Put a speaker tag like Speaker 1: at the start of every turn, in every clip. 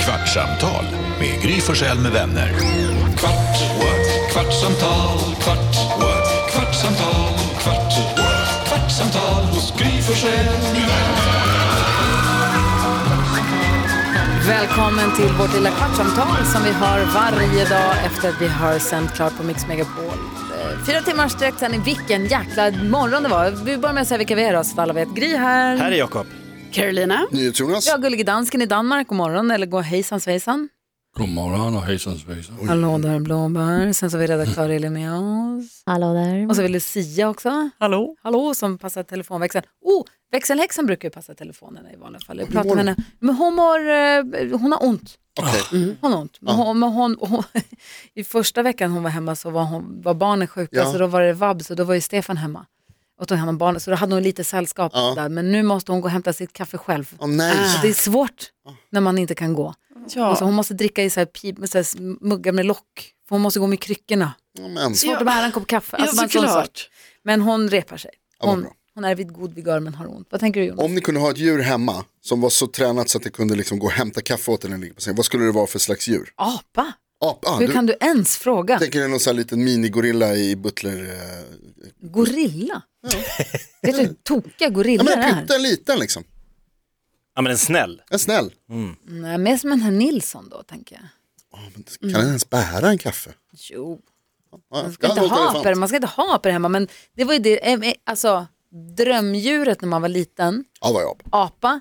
Speaker 1: Kvartsamtal med Gry Forssell med vänner. Kvart, what? kvartsamtal, kvart, what? kvartsamtal, kvart, what? kvartsamtal hos Gry Forssell med vänner.
Speaker 2: Välkommen till vårt lilla kvartsamtal som vi har varje dag efter att vi har sänt klart på Mix Megapol. Eh, Fyra timmars direktsändning, vilken jäkla morgon det var. Vi börjar med att säga vilka vi är då, så att alla vet. Gry här.
Speaker 3: Här är Jakob.
Speaker 4: Carolina.
Speaker 5: NyhetsJonas.
Speaker 2: Vi har Gullige Dansken i Danmark, god morgon, eller gå hejsan svejsan.
Speaker 6: God morgon och hejsan svejsan.
Speaker 2: Hallå där blåbär. Sen så har vi redaktör Elin med oss.
Speaker 4: Hallå där.
Speaker 2: Och så har vi Lucia också. Hallå. Hallå som passar telefonväxeln. Oh, växelhäxan brukar ju passa telefonerna i vanliga fall. Jag pratar med henne. Men hon, mår, eh, hon har ont. Ah. Mm.
Speaker 5: Okej. Ah.
Speaker 2: Hon har ont. Men hon, men hon, hon, I första veckan hon var hemma så var, hon, var barnen sjuka,
Speaker 5: Ja.
Speaker 2: så då var det vabs och då var ju Stefan hemma och tog hand om barnen. Så då hade hon lite sällskap
Speaker 5: Ja.
Speaker 2: där. Men nu måste hon gå och hämta sitt kaffe själv.
Speaker 5: Åh nej. Ah.
Speaker 2: Så det är svårt när man inte kan gå. Alltså, hon måste dricka i så här pip, med så här muggar med lock, för hon måste gå med kryckorna.
Speaker 5: Ja, men.
Speaker 2: Svårt att bära en kopp kaffe. Alltså, bara en sån sak. men hon repar sig.
Speaker 5: Ja, vad
Speaker 2: Hon,
Speaker 5: bra.
Speaker 2: hon är vid god vigör men har ont. Vad tänker du Jonas?
Speaker 5: Om ni kunde ha ett djur hemma som var så tränat så att det kunde liksom gå och hämta kaffe åt en när den ligger på sängen, vad skulle det vara för slags djur?
Speaker 2: Apa?
Speaker 5: Apa? Ah,
Speaker 2: Hur
Speaker 5: du
Speaker 2: kan du ens fråga?
Speaker 5: tänker dig någon sån här liten minigorilla i butler... Eh...
Speaker 2: Gorilla? Vet du hur tokiga gorillor
Speaker 5: Ja, men en
Speaker 2: är?
Speaker 5: pytteliten liksom.
Speaker 3: Ja men en snäll.
Speaker 5: En snäll.
Speaker 2: Mm. Nej, mer som en herr Nilsson då tänker jag.
Speaker 5: Kan den ens bära en kaffe? Ah,
Speaker 2: Jo,
Speaker 5: Ja,
Speaker 2: man ska,
Speaker 5: jag
Speaker 2: Mm. inte
Speaker 5: hade valt
Speaker 2: ha
Speaker 5: elefant.
Speaker 2: aper, man ska inte ha aper hemma. Men det var ju det, eh, eh, alltså drömdjuret när man var liten,
Speaker 5: Ja, vad jag.
Speaker 2: apa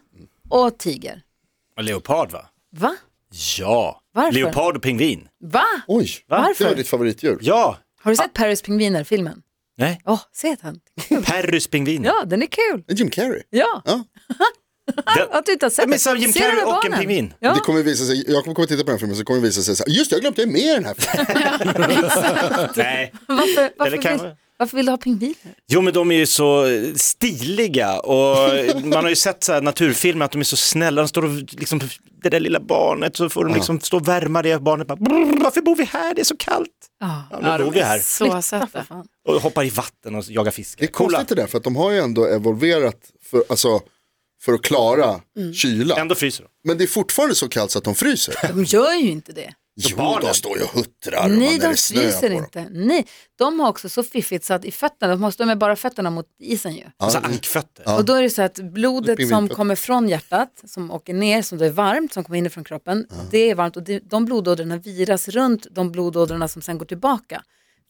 Speaker 2: och tiger.
Speaker 3: Och leopard va?
Speaker 2: Va?
Speaker 3: Ja.
Speaker 2: Varför?
Speaker 3: Leopard och pingvin.
Speaker 2: Va?
Speaker 5: Oj,
Speaker 2: Varför?
Speaker 5: det var ditt favoritdjur.
Speaker 3: Ja.
Speaker 2: Har du sett Paris pingviner, filmen?
Speaker 3: Nej.
Speaker 2: Åh, se den.
Speaker 3: Perrys pingviner.
Speaker 2: Ja, den är kul.
Speaker 5: En Jim Carrey.
Speaker 2: Ja,
Speaker 5: Ja.
Speaker 3: Den-
Speaker 2: att du inte har sett
Speaker 3: Ja, men som Jim
Speaker 2: Ser du
Speaker 3: Carrey
Speaker 2: med
Speaker 3: och en
Speaker 2: barnen?
Speaker 3: pingvin.
Speaker 2: Ja.
Speaker 5: Det kommer visa sig, jag kommer titta på den filmen så kommer det visa sig, så här, just det, jag glömde jag är med i den här filmen.
Speaker 3: Nej.
Speaker 2: Varför, varför,
Speaker 3: Eller kanske-
Speaker 2: vill, varför vill du ha pingviner?
Speaker 3: Jo men de är ju så stiliga och man har ju sett så här naturfilmer att de är så snälla. De står och liksom, det där lilla barnet så får de liksom stå och värma det barnet. Bara, "Brr, varför bor vi här? Det är så kallt.
Speaker 2: Ja,
Speaker 3: Ja, nu bor vi här
Speaker 4: Så satt
Speaker 2: för
Speaker 4: det.
Speaker 2: fan.
Speaker 3: och hoppar i vatten och jagar fiskar.
Speaker 5: Det är konstigt det där, för att de har ju ändå evolverat för, alltså, för att klara
Speaker 2: Mm.
Speaker 5: kyla.
Speaker 3: Ändå fryser de.
Speaker 5: Men det är fortfarande så kallt så att de fryser.
Speaker 2: De gör ju inte det.
Speaker 5: Jo,
Speaker 3: barnen.
Speaker 5: de står ju och huttrar och
Speaker 2: Nej,
Speaker 5: när
Speaker 2: de
Speaker 5: det snö på
Speaker 2: fryser
Speaker 5: dem.
Speaker 2: inte. Nej, de har också så fiffigt så att i fötterna, de har stå med bara fötterna mot isen ju.
Speaker 3: Alltså ankfötter.
Speaker 2: Och då är det så att blodet som
Speaker 5: Pingvinfötter.
Speaker 2: kommer från hjärtat, som åker ner, som då är varmt, som kommer inifrån kroppen, det är varmt och det- de blodådrorna viras runt de blodådrorna som sen går tillbaka.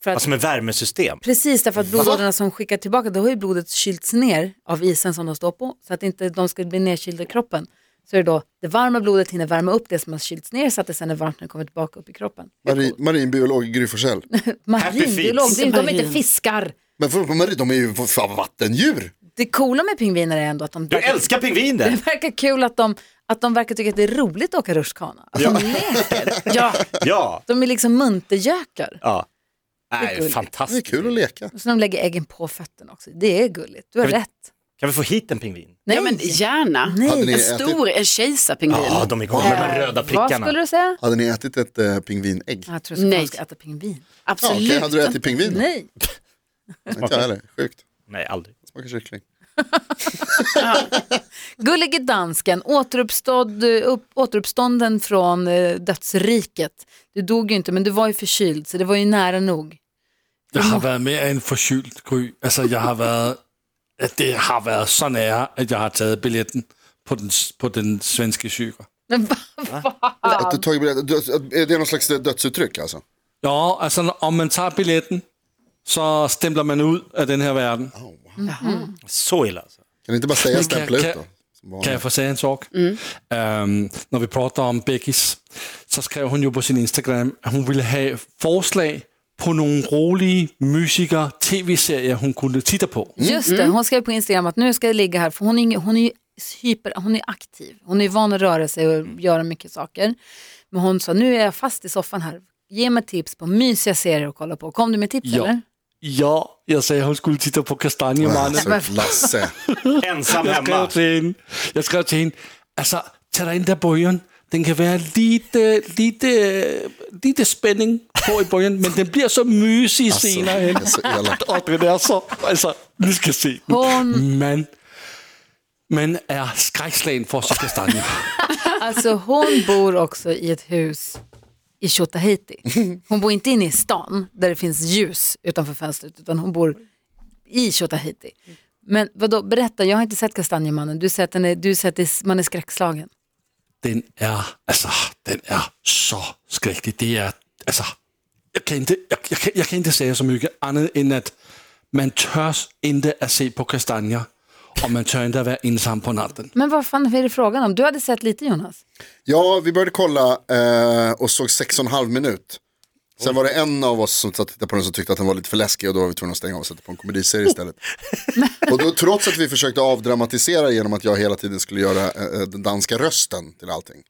Speaker 2: För att,
Speaker 3: Alltså med värmesystem.
Speaker 2: precis därför att blodådrorna som skickar tillbaka, då har ju blodet kylts ner av isen som de står på, så att inte de ska bli nedkylda i kroppen. Så är det då det varma blodet hinner värma upp det som har kylts ner så att det sen är varmt när det kommer tillbaka upp i kroppen.
Speaker 5: Marin, marinbiolog Gry Forssell.
Speaker 2: Marinbiolog,
Speaker 3: feet.
Speaker 2: det är- de är inte
Speaker 4: Marin.
Speaker 2: fiskar.
Speaker 5: Men för, för marin, de är ju för fan vattendjur.
Speaker 2: Det coola med pingviner är ändå att de
Speaker 3: Du
Speaker 2: verkar-
Speaker 3: älskar pingviner.
Speaker 2: Det verkar kul att de, att de verkar tycka att det är roligt att åka rutschkana. Att de leker. Ja.
Speaker 3: Ja.
Speaker 2: De är liksom muntergökar.
Speaker 3: ja. Nej,
Speaker 2: gulligt.
Speaker 5: Det är
Speaker 3: fantastiskt.
Speaker 5: kul att leka.
Speaker 2: Och så de lägger äggen på fötterna också. Det är gulligt. Du har
Speaker 3: Kan vi-
Speaker 2: rätt.
Speaker 3: Kan vi få hit en pingvin?
Speaker 2: Nej.
Speaker 4: Ja men gärna.
Speaker 5: Hade ni,
Speaker 4: En
Speaker 5: ätit,
Speaker 4: stor, en kejsarpingvin.
Speaker 3: Ja, de är goda med de röda
Speaker 2: Vad
Speaker 3: prickarna.
Speaker 2: skulle du säga?
Speaker 5: hade ni ätit ett eh, pingvinägg?
Speaker 2: Jag tror att man
Speaker 4: Nej.
Speaker 2: ska äta pingvin.
Speaker 5: Ja,
Speaker 4: Absolut.
Speaker 5: okej, hade du ätit pingvin? Nej,
Speaker 2: Nej.
Speaker 5: inte jag heller. Sjukt.
Speaker 3: Nej, aldrig.
Speaker 5: Smakar kyckling.
Speaker 2: Gullige dansken, återuppstådd, upp, återuppstånden från eh, dödsriket. Du dog ju inte, men du var ju förkyld, så det var ju nära nog.
Speaker 6: Jeg har været mere end forsylt, Gry. Altså, jeg har været... At det har været så nære, at jag har taget billetten på den, på den svenske cykel.
Speaker 2: Men va?
Speaker 5: Att du tagit, biljett- du, att- är det någon slags dödsuttryck alltså?
Speaker 6: Ja, altså, om man tager billetten, så stempler man ud af den her verden.
Speaker 3: Så illa alltså.
Speaker 5: Kan ni inte bara säga
Speaker 6: Men
Speaker 5: stämpla
Speaker 6: kan-
Speaker 5: ut då?
Speaker 6: kan-
Speaker 5: Som vanligt.
Speaker 6: Kan jag få säga en sak? Ehm, när vi pratar om Beckis så skrev hon ju på sin Instagram att hon ville ha förslag på någon roliga musiker tv-serier hon kunde titta på.
Speaker 2: Just det, hon skrev på Instagram att nu ska jag ligga här, för hon är, ingen- hon är ju hyper, hon är aktiv. Hon är van att röra sig och göra mycket saker. Men hon sa, nu är jag fast i soffan här. Ge mig tips på mysiga serier att kolla på. Kom du med tips
Speaker 6: Ja.
Speaker 2: eller?
Speaker 6: Ja, jag sa att hon skulle titta på Kastanjemannen.
Speaker 5: Alltså, Lasse.
Speaker 3: Ensam
Speaker 6: Jag skrev
Speaker 3: hemma.
Speaker 6: till henne, jag skrev till henne alltså, ta dig in där i början. Den kan vara lite, lite, lite spänning på i början, men den blir så mysig senare.
Speaker 5: Jag är så elak.
Speaker 6: Och den är så, alltså, ni ska se den.
Speaker 2: Hon-
Speaker 6: Men, men är skräckslagen för Sydkastanjen.
Speaker 2: Alltså hon bor också i ett hus i Tjotahejti. Hon bor inte inne i stan där det finns ljus utanför fönstret utan hon bor i Tjotahejti. Men vadå, berätta, jag har inte sett Kastanjemannen. Du säger att, den är, du säger att det är, man är skräckslagen.
Speaker 6: den är, alltså, den är så skräcklig. Det är, alltså, jag kan inte, jag, jag, kan, jag kan inte säga så mycket annat än att man törs inte att se på kastanjer och man tör inte att vara ensam på natten.
Speaker 2: Men vad fan är det frågan om? Du hade sett lite Jonas.
Speaker 5: Ja, vi började kolla eh, och såg sex och en halv minut. Sen var det en av oss som satt och tittade på den som tyckte att den var lite för läskig och då var vi tvungna att stänga av och sätta på en komediserie istället. och då trots att vi försökte avdramatisera genom att jag hela tiden skulle göra eh, eh, den danska rösten till allting.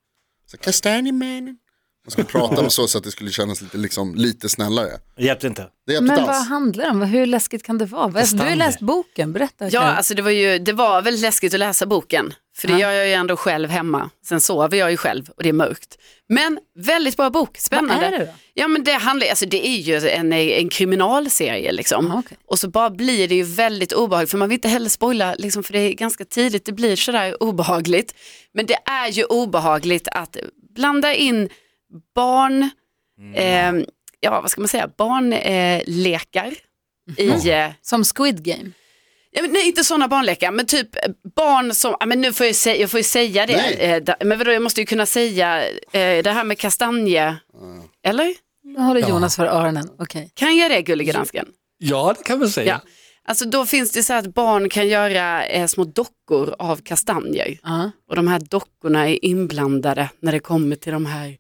Speaker 5: Så kastanjemannen. Man skulle prata om så, så att det skulle kännas lite, liksom, lite snällare.
Speaker 3: Det hjälpte inte.
Speaker 5: Det hjälpte
Speaker 2: Men
Speaker 5: inte
Speaker 2: vad
Speaker 5: alls.
Speaker 2: handlar det om? Hur läskigt kan det vara? Vad- Du har ju
Speaker 6: Kastanjer.
Speaker 2: läst boken, berätta.
Speaker 4: Ja,
Speaker 2: Karin.
Speaker 4: alltså det var, ju, det var väl läskigt att läsa boken. För det gör jag ju ändå själv hemma. Sen sover jag ju själv och det är mörkt. Men väldigt bra bok, spännande.
Speaker 2: Vad är det då?
Speaker 4: Ja, men det, handlar, alltså det är ju en, en kriminalserie liksom.
Speaker 2: Ah, okej.
Speaker 4: Och så bara blir det ju väldigt obehagligt. För man vill inte heller spoila, liksom, för det är ganska tidigt det blir sådär obehagligt. Men det är ju obehagligt att blanda in barn, eh, ja vad ska man säga, barnlekar eh, lekar i eh,
Speaker 2: Som Squid Game.
Speaker 4: Ja, men, nej, inte sådana barnlekar, men typ barn som, ja, men nu får jag, säga, jag får ju säga det.
Speaker 5: Nej.
Speaker 4: Eh, da, men vadå, jag måste ju kunna säga eh, det här med kastanje,
Speaker 2: Ah.
Speaker 4: eller?
Speaker 2: Nu håller Jonas för öronen. Okej.
Speaker 4: Kan jag det gullige dansken?
Speaker 6: Ja, det kan man säga.
Speaker 4: Ja. Alltså då finns det så här att barn kan göra eh, små dockor av kastanjer.
Speaker 2: Ja.
Speaker 4: Och de här dockorna är inblandade när det kommer till de här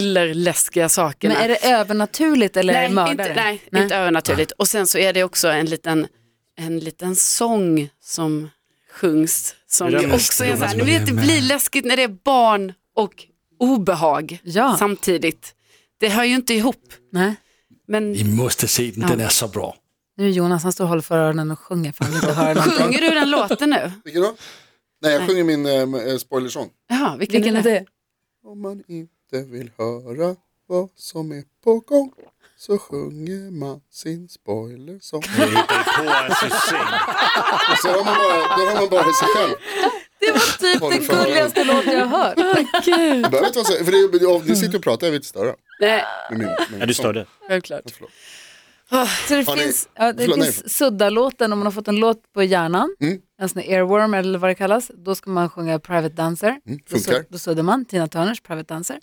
Speaker 4: thrillerläskiga sakerna.
Speaker 2: Men är det övernaturligt eller är det
Speaker 4: nej,
Speaker 2: mördare?
Speaker 4: inte, nej, inte övernaturligt. Och sen så är det också en liten, en liten sång som sjungs. Som
Speaker 3: Det där med-
Speaker 4: också är så här,
Speaker 6: det
Speaker 4: nu
Speaker 6: där
Speaker 4: vet det
Speaker 6: med-
Speaker 4: blir läskigt när det är barn och obehag
Speaker 2: Ja.
Speaker 4: samtidigt. Det hör ju inte ihop.
Speaker 2: nej.
Speaker 4: Men
Speaker 6: Ni måste se den, den är så bra.
Speaker 2: Nu är Jonas, han står och håller för öronen och sjunger för han inte hör någonting.
Speaker 4: sjunger du den låten nu?
Speaker 5: Vilken då? Nej, jag sjunger min eh, eh, spoilersång.
Speaker 4: Ja, vilken,
Speaker 2: Vilken är
Speaker 4: det?
Speaker 2: det?
Speaker 5: Om man inte vill höra vad som är på gång så sjunger man sin spoilersång. Och så Alltså, har man bara, då har man bara sig själv.
Speaker 2: Det var typ
Speaker 5: Håller
Speaker 2: den
Speaker 5: för öronen.
Speaker 2: gulligaste låt jag har hört.
Speaker 5: Det behöver inte vara så, för det, det, av- ni sitter och pratar, jag vill inte störa.
Speaker 4: Nej,
Speaker 5: Med min, med min
Speaker 3: Ja, du
Speaker 5: sång.
Speaker 3: störde.
Speaker 4: självklart.
Speaker 2: Så det
Speaker 5: Har ni-
Speaker 2: finns, ja, det
Speaker 5: förlåt, nej.
Speaker 2: finns sudda-låten, om man har fått en låt på hjärnan, en sån här earworm eller vad det kallas, då ska man sjunga Private Dancer. då,
Speaker 5: funkar.
Speaker 2: sud- då suddar man Tina Turners Private Dancer.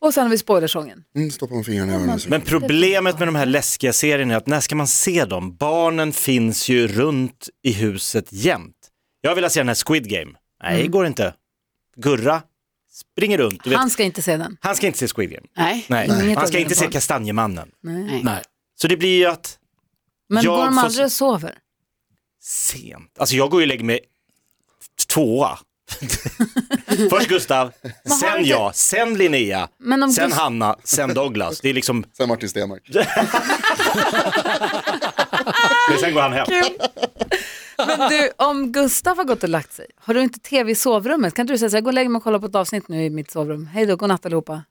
Speaker 2: Och sen har vi spoilersången.
Speaker 5: Mm, stoppa med fingrarna i öronen. så-
Speaker 3: Men problemet med de här läskiga serierna är att när ska man se dem? Barnen finns ju runt i huset jämt. Jag vill se den här Squid Game. Nej, det går inte. Gurra springer runt. Du vet,
Speaker 2: Han ska inte se den.
Speaker 3: han ska inte se Squid Game.
Speaker 4: Nej.
Speaker 3: Nej,
Speaker 2: Inget
Speaker 3: han
Speaker 2: av
Speaker 3: ska
Speaker 2: dina
Speaker 3: inte se
Speaker 2: barn.
Speaker 3: Kastanjemannen.
Speaker 2: Nej.
Speaker 6: Nej.
Speaker 3: Så det blir ju att
Speaker 2: Men
Speaker 3: Jag
Speaker 2: går de
Speaker 3: får-
Speaker 2: aldrig och sover?
Speaker 3: sent. Alltså jag går ju och lägger mig tvåa. Först Gustav,
Speaker 2: har
Speaker 3: sen
Speaker 2: inte-
Speaker 3: jag, sen Linnea,
Speaker 2: Men om
Speaker 3: sen
Speaker 2: Gust-
Speaker 3: Hanna, sen Douglas. Det är liksom,
Speaker 5: Sen Martin Stenmarck.
Speaker 3: men sen går han hem.
Speaker 2: Men du, om Gustav har gått och lagt sig, har du inte tv i sovrummet? Kan inte du säga så här, gå och lägg mig och kolla på ett avsnitt nu i mitt sovrum. Hej då, godnatt allihopa.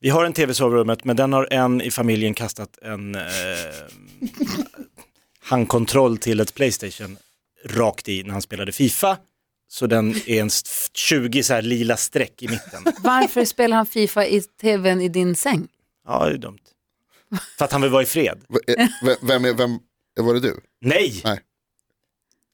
Speaker 3: Vi har en tv i sovrummet, men den har en i familjen kastat en eh, handkontroll till ett Playstation rakt i när han spelade Fifa. Så den är en s- 20 så här lila streck i mitten.
Speaker 2: Varför spelar han Fifa i tvn i din säng?
Speaker 3: Ja, det är dumt. För att han vill vara i fred.
Speaker 5: V- eh, v- Vem, är, vem eh, var det du?
Speaker 3: Nej!
Speaker 5: Nej.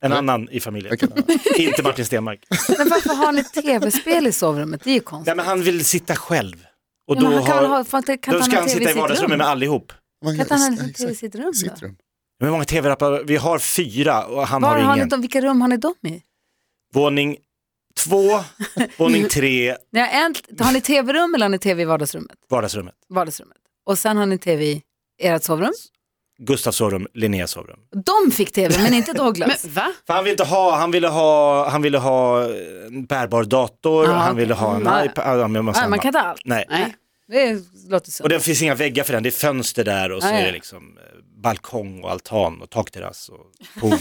Speaker 3: En annan i familjen.
Speaker 5: Okej.
Speaker 3: Inte Martin Stenmark.
Speaker 2: Men varför har ni tv-spel i sovrummet? Det är ju konstigt.
Speaker 3: Nej, men han vill sitta själv. Och
Speaker 2: Ja,
Speaker 3: då,
Speaker 2: men han kan
Speaker 3: har,
Speaker 2: väl ha, fan, kan inte
Speaker 3: då
Speaker 2: han
Speaker 3: ska
Speaker 2: ha
Speaker 3: han
Speaker 2: tv i
Speaker 3: sitta i
Speaker 2: sitt rum?
Speaker 3: vardagsrummet med allihop.
Speaker 5: Man,
Speaker 2: Kan inte han
Speaker 5: ja,
Speaker 2: ha tv i
Speaker 5: exakt.
Speaker 2: sitt rum då?
Speaker 5: Sitt rum.
Speaker 3: Hur många tv-apparater? Vi har fyra och han
Speaker 2: Var
Speaker 3: har
Speaker 2: har ni
Speaker 3: ingen.
Speaker 2: dem, vilka rum har ni dem i?
Speaker 3: Våning två, våning tre,
Speaker 2: Ni har, en, har ni tv-rum eller har ni tv i vardagsrummet?
Speaker 3: vardagsrummet.
Speaker 2: vardagsrummet? Och sen har ni tv i ert sovrum?
Speaker 3: Gustavs sovrum, Linneas sovrum.
Speaker 2: De fick tv, men inte
Speaker 4: Men,
Speaker 2: Douglas.
Speaker 4: va?
Speaker 3: För han, vill inte ha, han, ville ha, han ville ha en bärbar dator,
Speaker 2: Ja,
Speaker 3: han
Speaker 2: okej.
Speaker 3: ville ha en
Speaker 2: Mm.
Speaker 3: iPad. ja, men massa
Speaker 2: Nej, man
Speaker 3: annat.
Speaker 2: kan inte ha allt.
Speaker 3: Nej.
Speaker 4: Nej.
Speaker 2: Det låter sunt.
Speaker 3: Och det finns inga väggar för den, det är fönster där och så
Speaker 2: Ja, ja.
Speaker 3: är det liksom eh, balkong och altan och takterrass och pool.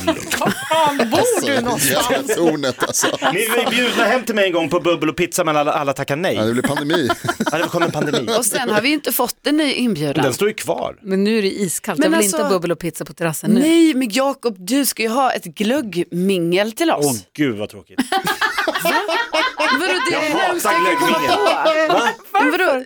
Speaker 5: Alltså, det är jävla tornet alltså.
Speaker 3: Ni var ju bjudna hem till mig en gång på bubbel och pizza men alla, alla tackade nej.
Speaker 5: Ja, det blir pandemi.
Speaker 3: Ja, det kom en pandemi.
Speaker 4: Och sen har vi ju inte fått en ny inbjudan.
Speaker 3: Den står ju kvar.
Speaker 2: Men nu är det iskallt.
Speaker 4: Men
Speaker 2: jag vill
Speaker 4: alltså-
Speaker 2: inte ha bubbel och pizza på terrassen nu.
Speaker 4: Nej, men Jakob, du ska ju ha ett glöggmingel till oss.
Speaker 3: Åh gud vad tråkigt.
Speaker 2: Vadå, det är
Speaker 3: Jag
Speaker 2: det
Speaker 3: hatar
Speaker 2: hemska jag kan komma
Speaker 3: glöggvingar.
Speaker 2: på.
Speaker 4: Men vadå?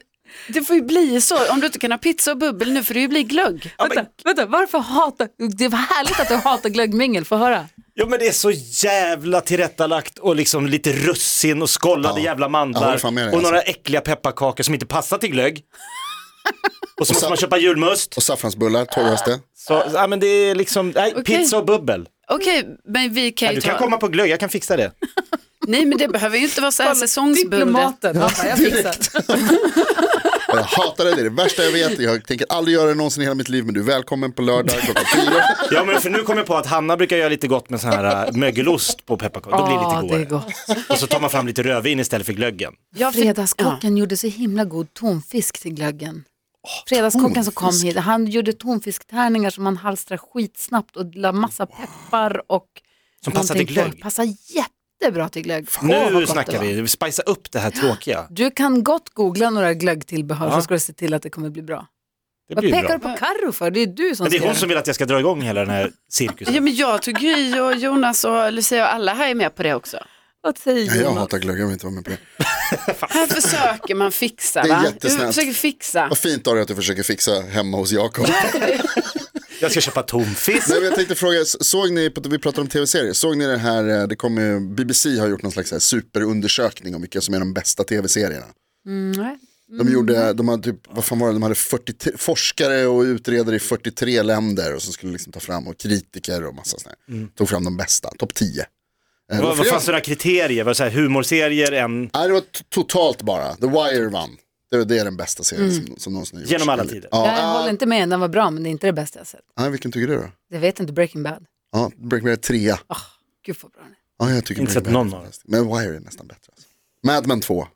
Speaker 4: Det får ju bli så. Om du inte kan ha pizza och bubbel nu får det ju bli glögg.
Speaker 2: Vänta, vänta, varför hatar... Det var härligt att du hatar glöggmingel, få höra.
Speaker 3: Ja men det är så jävla tillrättalagt och liksom lite russin och skållade
Speaker 5: Ja.
Speaker 3: jävla
Speaker 5: Jag
Speaker 3: mandlar
Speaker 5: håller fan med dig,
Speaker 3: och
Speaker 5: alltså.
Speaker 3: några äckliga pepparkakor som inte passar till glögg. och så måste
Speaker 5: sen-
Speaker 3: man köpa julmust.
Speaker 5: Och saffransbullar, torrhaste.
Speaker 3: Så, ja men det är liksom, nej,
Speaker 4: Okej.
Speaker 3: pizza och bubbel.
Speaker 4: Okej, men vi kan
Speaker 3: Nej,
Speaker 4: ju
Speaker 3: du
Speaker 4: ta...
Speaker 3: kan komma på glögg, jag kan fixa det.
Speaker 4: Nej, men det behöver ju inte vara så här säsongsbundet.
Speaker 2: Diplomaten, ja, jag fixar.
Speaker 5: Jag hatar det, det är det värsta jag vet. Jag tänker aldrig göra det någonsin i hela mitt liv, men du är välkommen på lördag klockan fyra.
Speaker 3: Ja men för nu kommer jag på att Hanna brukar göra lite gott med sån här äh, mögelost på pepparkakor, då blir det
Speaker 2: Ja,
Speaker 3: lite
Speaker 2: det är
Speaker 3: godare.
Speaker 2: gott.
Speaker 3: Och så tar man fram lite rödvin istället för glöggen.
Speaker 2: Ja, Fredagskocken gjorde så himla god tonfisk till glöggen. Fredagskocken som kom hit, han gjorde tonfisktärningar som man halstrar skitsnabbt och la massa peppar och
Speaker 3: Som passar
Speaker 2: någonting
Speaker 3: till glögg.
Speaker 2: på. Passar jättebra till glögg. Åh, vad
Speaker 3: nu
Speaker 2: gott det
Speaker 3: snackar
Speaker 2: var.
Speaker 3: vi, spicea upp det här tråkiga.
Speaker 2: Du kan gott googla några glöggtillbehör
Speaker 3: Ja.
Speaker 2: så ska du se till att det kommer bli bra.
Speaker 3: Det
Speaker 2: Vad
Speaker 3: blir
Speaker 2: pekar
Speaker 3: bra.
Speaker 2: du på Carro för? Det är du som
Speaker 3: Men det är
Speaker 2: ska
Speaker 3: hon
Speaker 2: göra
Speaker 3: som vill att jag ska dra igång hela den här
Speaker 4: Ja,
Speaker 3: cirkusen.
Speaker 4: men jag tror Gry och Jonas och Lucia och alla här är med på det också.
Speaker 2: Vad säger
Speaker 5: Nej, jag
Speaker 2: Jonas?
Speaker 5: hatar glögg, jag vill inte vara med på det.
Speaker 4: Här försöker man fixa,
Speaker 5: Det är
Speaker 4: va?
Speaker 5: jättesnällt.
Speaker 4: Du försöker fixa.
Speaker 5: Vad fint av dig att du försöker fixa hemma hos Jakob.
Speaker 3: Jag ska köpa tonfisk.
Speaker 5: Nej, men jag tänkte fråga, såg ni, vi pratar om tv-serier, såg ni det här, eh, det kom ju, BBC har gjort någon slags så här superundersökning om vilka som är de bästa tv-serierna.
Speaker 4: Mm,
Speaker 2: Nej.
Speaker 5: De gjorde, de hade typ, vad fan var det, de hade 43, forskare och utredare i 43 länder och som skulle liksom ta fram, och kritiker och massa sådär. Tog fram de bästa, topp 10. Eh, det var
Speaker 3: Mm. Vad, vad
Speaker 5: flera-
Speaker 3: fanns det några kriterier? Var det så här humorserier, en
Speaker 5: Nej, det var t- totalt bara, The Wire vann. Det, var- det är den bästa serien som, som någonsin har gjorts.
Speaker 3: Mm. Genom alla
Speaker 5: Enligt-
Speaker 3: tider.
Speaker 5: Ja,
Speaker 2: Jag
Speaker 5: ah,
Speaker 2: håller inte med, den var bra men det är inte det bästa jag sett.
Speaker 5: nej, vilken tycker du då?
Speaker 2: Jag vet inte, Breaking Bad.
Speaker 5: Ja, Breaking Bad 3.
Speaker 2: Gud vad bra den är.
Speaker 5: Ja, jag
Speaker 3: Ah,
Speaker 5: tycker
Speaker 3: Inte
Speaker 5: Breaking
Speaker 3: sett
Speaker 5: Bad är
Speaker 3: någon av dem.
Speaker 5: fantastisk. Men Wire är nästan bättre. Alltså. Mad Men 2,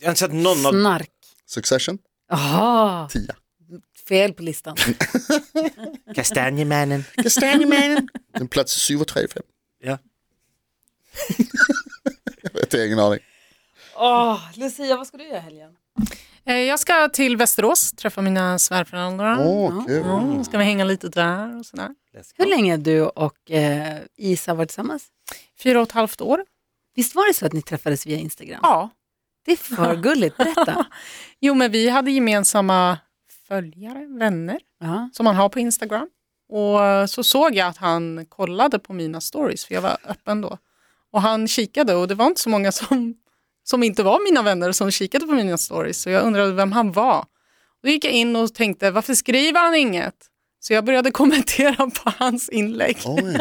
Speaker 3: Jag har inte sett någon av...
Speaker 2: Snark.
Speaker 5: Succession,
Speaker 2: Aha,
Speaker 5: 10.
Speaker 2: fel på listan.
Speaker 3: Kastanjemannen.
Speaker 5: Kastanjemannen. Den plats 7 och 3 5.
Speaker 3: Ja.
Speaker 5: Jag vet jag har ingen aning.
Speaker 2: Åh, Lucia, vad ska du göra i helgen?
Speaker 7: Eh, Jag ska till Västerås träffa mina svärföräldrar.
Speaker 5: Åh, kul.
Speaker 7: Ja, ska vi hänga lite där och sådär.
Speaker 2: Hur länge har du och eh, Isa varit tillsammans?
Speaker 7: Fyra och ett halvt år.
Speaker 2: Visst var det så att ni träffades via Instagram?
Speaker 7: Ja.
Speaker 2: Det är för gulligt, berätta.
Speaker 7: Jo, men vi hade gemensamma följare, vänner,
Speaker 2: Ja.
Speaker 7: som man har på Instagram. Och eh, så såg jag att han kollade på mina stories, för jag var öppen då. Och han kikade och det var inte så många som, som inte var mina vänner som kikade på mina stories. Så jag undrade vem han var. Då gick jag in och tänkte, varför skriver han inget? Så jag började kommentera på hans inlägg.
Speaker 5: Oj.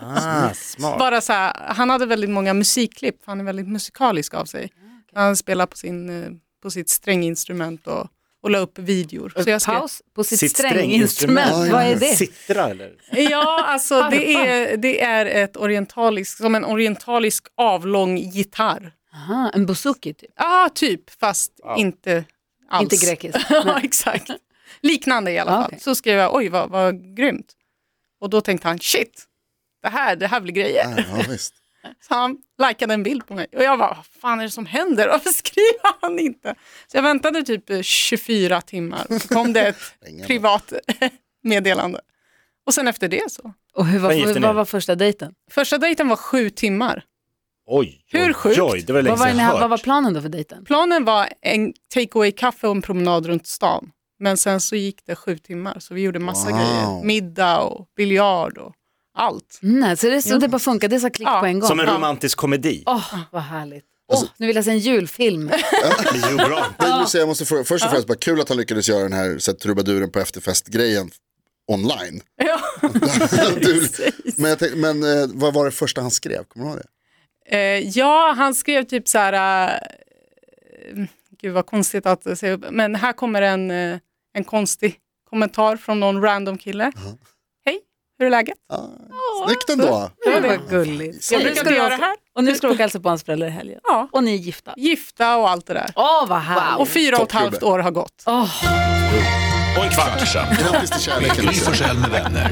Speaker 3: Ah, smart.
Speaker 7: Bara så här, han hade väldigt många musikklipp, för han är väldigt musikalisk av sig.
Speaker 2: Ah,
Speaker 7: Han spelar på, sin, eh, på sitt stränginstrument och, och la upp videor. Så jag skrev,
Speaker 2: Paus på sitt,
Speaker 3: Sitt
Speaker 2: stränginstrument,
Speaker 5: stränginstrument.
Speaker 2: vad är det?
Speaker 3: Sittra eller?
Speaker 7: ja, alltså det är, det är ett orientalisk, som en orientalisk avlång gitarr.
Speaker 2: Aha, en bouzouki typ,
Speaker 7: Ja, ah, typ, fast inte alls.
Speaker 2: inte grekiskt.
Speaker 7: ja, exakt. Liknande i alla
Speaker 2: Ah,
Speaker 7: fall.
Speaker 2: okej.
Speaker 7: Så skrev jag, oj vad, vad grymt. Och då tänkte han, shit, det här, det här blir grejer.
Speaker 2: Ah.
Speaker 5: Ja, ja, visst.
Speaker 7: Så han likade en bild på mig och jag bara, vad fan är det som händer? Varför skriver han inte? Så jag väntade typ eh, 24 timmar och så kom det ett privat meddelande. Och sen efter det så.
Speaker 2: Och hur
Speaker 3: Vad gifte
Speaker 2: var,
Speaker 3: ni
Speaker 2: vad
Speaker 3: er?
Speaker 2: var första dejten?
Speaker 7: Första dejten var sju timmar.
Speaker 3: Oj,
Speaker 7: Hur
Speaker 3: oj,
Speaker 7: sjukt?
Speaker 3: Oj, det var länge
Speaker 2: Vad var,
Speaker 3: sedan
Speaker 2: den
Speaker 3: jag
Speaker 2: här,
Speaker 3: hört.
Speaker 2: vad var planen då för dejten?
Speaker 7: Planen var en takeaway-kaffe och en promenad runt stan. Men sen så gick det sju timmar så vi gjorde massa
Speaker 5: Wow.
Speaker 7: grejer. Middag och biljard och allt.
Speaker 2: Mm, Nej, så det, så det bara funkade, det sa klick
Speaker 7: Ja,
Speaker 2: på en gång?
Speaker 3: Som en
Speaker 7: Ja.
Speaker 3: romantisk komedi.
Speaker 2: Åh, vad härligt. Åh, nu vill jag se en julfilm.
Speaker 3: Det är ju bra.
Speaker 5: Men Lucia, jag måste fråga, först och främst, bara kul att han lyckades göra den här så här, trubaduren på efterfest-grejen online.
Speaker 7: Ja,
Speaker 5: du,
Speaker 7: precis.
Speaker 5: men jag tänkte, men eh, vad var det första han skrev? Kommer du ihåg det?
Speaker 7: Eh, ja, han skrev typ så här, eh, gud vad konstigt att säga upp, men här kommer en, eh, en konstig kommentar från någon random kille. Hej, hur är läget?
Speaker 5: Ah, snyggt ändå.
Speaker 2: Det var gulligt.
Speaker 7: Jag
Speaker 2: Och nu
Speaker 7: brukar
Speaker 2: ska du
Speaker 7: göra det
Speaker 2: alltså-
Speaker 7: här.
Speaker 2: Och nu ska du åka och hälsa på hans föräldrar i helgen.
Speaker 7: Ja.
Speaker 2: Och ni är gifta.
Speaker 7: Gifta och allt det där.
Speaker 2: Åh, vad härligt.
Speaker 7: Och fyra och ett
Speaker 5: Toppgubbe.
Speaker 7: halvt år har gått.
Speaker 3: Och en kvart.
Speaker 5: Grattis till kärleken.
Speaker 1: Gry Forssell med vänner.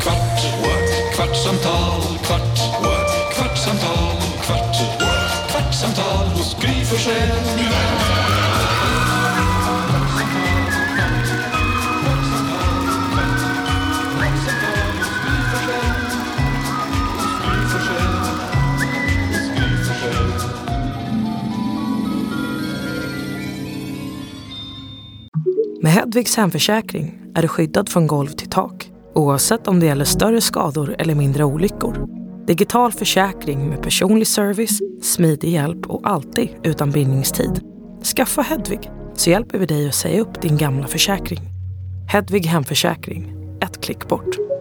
Speaker 1: Kvart, what? kvartsamtal, kvart, what? kvartsamtal, kvart, what? kvartsamtal hos Gry Forssell med vänner. Kvartsamtal, kvartsamtal hos Gry Forssell. Hos Gry Forssell. Hos Gry Forssell.
Speaker 7: Med Hedvigs hemförsäkring är du skyddad från golv till tak oavsett om det gäller större skador eller mindre olyckor. Digital försäkring med personlig service, smidig hjälp och alltid utan bindningstid. Skaffa Hedvig så hjälper vi dig att säga upp din gamla försäkring. Hedvig hemförsäkring, ett klick bort.